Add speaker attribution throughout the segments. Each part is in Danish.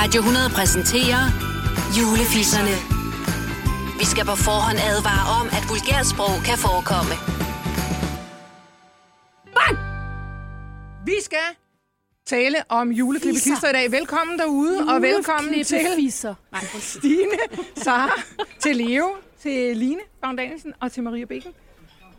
Speaker 1: Radio 100 præsenterer Julefisserne. Vi skal på forhånd advare om, at vulgært sprog kan forekomme.
Speaker 2: Vi skal tale om juleklippekister i dag. Velkommen derude, og velkommen til
Speaker 3: Fisser.
Speaker 2: Stine, Sara, til Leo, til Line Baum Danielsen og til Maria Bækken.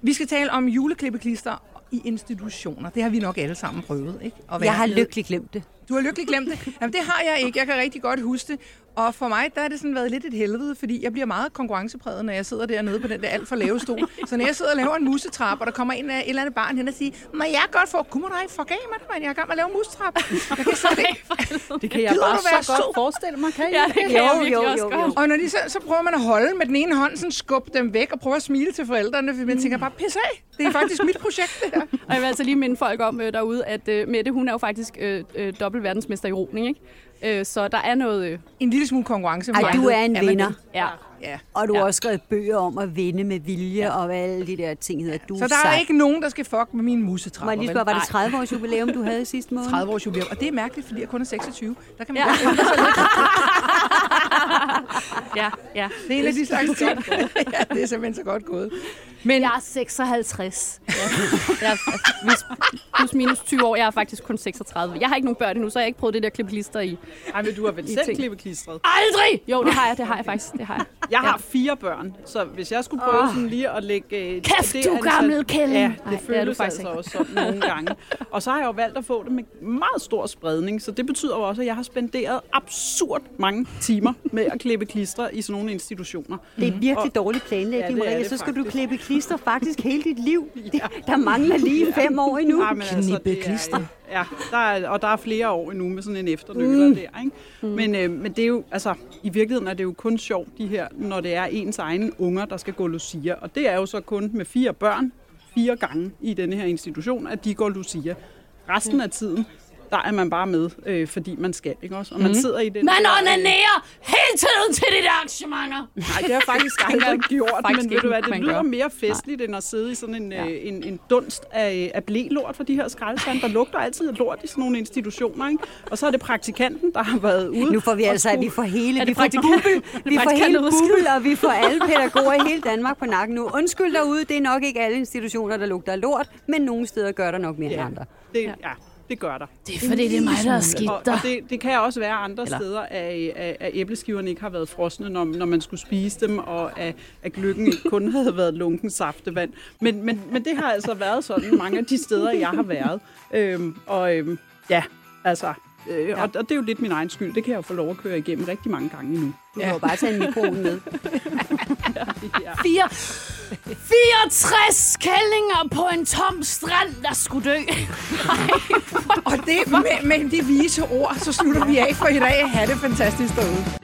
Speaker 2: Vi skal tale om juleklippekister i institutioner. Det har vi nok alle sammen prøvet, ikke? At være
Speaker 4: Jeg har
Speaker 2: med.
Speaker 4: lykkelig glemt det.
Speaker 2: Du har lykkelig glemt det. Jamen, det har jeg ikke. Jeg kan rigtig godt huske det. Og for mig, der har det sådan været lidt et helvede, fordi jeg bliver meget konkurrencepræget, når jeg sidder dernede på den der alt for lave stol. Så når jeg sidder og laver en musetrap, og der kommer en af et eller andet barn hen og siger, må jeg godt få, kunne dig, fuck af mig, mand. jeg er i gang med at lave en musetrap. Jeg kan slet ikke.
Speaker 5: Det kan jeg
Speaker 2: Gider
Speaker 5: bare
Speaker 2: du være
Speaker 5: så godt
Speaker 2: sød?
Speaker 5: forestille mig, kan I?
Speaker 3: Ja, det kan jeg
Speaker 4: Jo,
Speaker 3: virkelig
Speaker 4: jo,
Speaker 3: også
Speaker 4: jo,
Speaker 3: godt.
Speaker 4: jo.
Speaker 2: Og når de så, så prøver man at holde med den ene hånd, sådan skubbe dem væk og prøve at smile til forældrene, fordi man tænker bare, pis af, det er faktisk mit projekt, det her.
Speaker 3: Og jeg vil altså lige minde folk om øh, derude, at øh, Mette, hun er jo faktisk øh, øh, dobbelt verdensmester i roning, ikke? Øh, så der er noget... Øh,
Speaker 2: En lille smule konkurrence.
Speaker 4: Ej, du er en
Speaker 2: man
Speaker 4: vinder.
Speaker 2: det?
Speaker 3: ja.
Speaker 2: Ja.
Speaker 4: Og du har
Speaker 3: Ja.
Speaker 4: også skrevet bøger om at vinde med vilje og alle de der ting, hedder du
Speaker 2: Så der er
Speaker 4: sej.
Speaker 2: ikke nogen, der skal fuck med mine
Speaker 4: Må
Speaker 2: musetrapper.
Speaker 4: jeg lige
Speaker 2: vel?
Speaker 4: spørge, var det 30 års jubilæum, du havde i sidste måned?
Speaker 2: 30 års jubilæum. Og det er mærkeligt, fordi jeg kun er 26. Der kan man
Speaker 3: Ja.
Speaker 2: ja. godt undre sig lidt.
Speaker 3: ja, ja.
Speaker 2: Det er en af de slags ting. ja, det er simpelthen så godt gået. Men
Speaker 3: Jeg er 56. Ja. Jeg er, hvis- plus minus 20 år, jeg er faktisk kun 36. Jeg har ikke nogen børn endnu, så jeg har ikke prøvet det der klippelister i.
Speaker 5: Ej, men du har vel
Speaker 3: I
Speaker 5: selv
Speaker 3: ting.
Speaker 5: klippeklistret.
Speaker 3: Aldrig! Jo, det har jeg, det har jeg faktisk. Det har jeg.
Speaker 5: Jeg har fire børn, så hvis jeg skulle prøve oh. sådan lige at lægge... øh,
Speaker 3: Kæft,
Speaker 5: det
Speaker 3: du
Speaker 5: antal-
Speaker 3: gammel kælling.
Speaker 5: Ja,
Speaker 3: Nej,
Speaker 5: det
Speaker 3: det er
Speaker 5: føles
Speaker 3: du faktisk
Speaker 5: altså
Speaker 3: ikke.
Speaker 5: også sådan nogle gange. Og så har jeg jo valgt at få det med meget stor spredning, så det betyder jo også, at jeg har spenderet absurd mange timer med at klippe klistre i sådan nogle institutioner.
Speaker 4: Det er virkelig dårlig planlægning,
Speaker 5: Ja, det er
Speaker 4: ja,
Speaker 5: det
Speaker 4: Så skal du
Speaker 5: faktisk.
Speaker 4: klippe klister faktisk hele dit liv. Det, der mangler lige fem år endnu.
Speaker 5: Ja, men altså,
Speaker 2: Knippe
Speaker 5: det er,
Speaker 2: klistre.
Speaker 5: ja, der er, og der er flere år endnu med sådan en efternøler mm. der, ikke? Mm. Men, øh, men det er jo, altså, i virkeligheden er det jo kun sjovt, de her, når det er ens egne unger, der skal gå Lucia. Og det er jo så kun med fire børn, fire gange i denne her institution, at de går Lucia. Resten af tiden, der er man bare med, øh, fordi man skal, ikke også? Og
Speaker 4: Mm.
Speaker 5: man sidder i den...
Speaker 3: Man
Speaker 5: der-
Speaker 3: onanerer hele tiden til de der arrangementer.
Speaker 5: Nej, det har jeg faktisk aldrig gjort,
Speaker 3: Faktisk
Speaker 5: men ved
Speaker 3: ikke,
Speaker 5: du hvad, det
Speaker 3: man
Speaker 5: lyder
Speaker 3: gør.
Speaker 5: mere festligt, end at sidde i sådan en, ja. øh, en, en dunst af, øh, af blelort for de her skraldespande. Der lugter altid af lort i sådan nogle institutioner, ikke? Og så er det praktikanten, der har været ude.
Speaker 4: Nu får vi
Speaker 5: og
Speaker 4: altså, at vi får hele,
Speaker 3: Er
Speaker 4: vi
Speaker 3: det
Speaker 4: får
Speaker 3: praktikant-
Speaker 4: bubbel,
Speaker 3: er
Speaker 4: vi
Speaker 3: det
Speaker 4: får hele
Speaker 3: praktikant, der udskriver?
Speaker 4: bubbel, og vi får alle pædagoger i hele Danmark på nakken nu. Undskyld derude, det er nok ikke alle institutioner, der lugter af lort, men nogle steder gør der nok mere end andre.
Speaker 5: Det, ja, det gør der.
Speaker 3: Det er fordi, det er mig, der er skidt
Speaker 5: Ligesom- Og, og det, det kan også være andre Eller? steder, at, at, at æbleskiverne ikke har været frosne, når, når man skulle spise dem, og at, at gløggen ikke kun havde været lunken saftevand. Men, men, men det har altså været sådan mange af de steder, jeg har været. Øhm, og øhm, ja, altså... Øh, ja. Og, og det er jo lidt min egen skyld. Det kan jeg jo få lov at køre igennem rigtig mange gange nu.
Speaker 4: Du må jo bare tage en mikroen med.
Speaker 3: 4, 64 kællinger på en tom strand, der skulle dø.
Speaker 2: og det, med, med de vise ord, så slutter vi af for i dag. Ha' det fantastisk derude.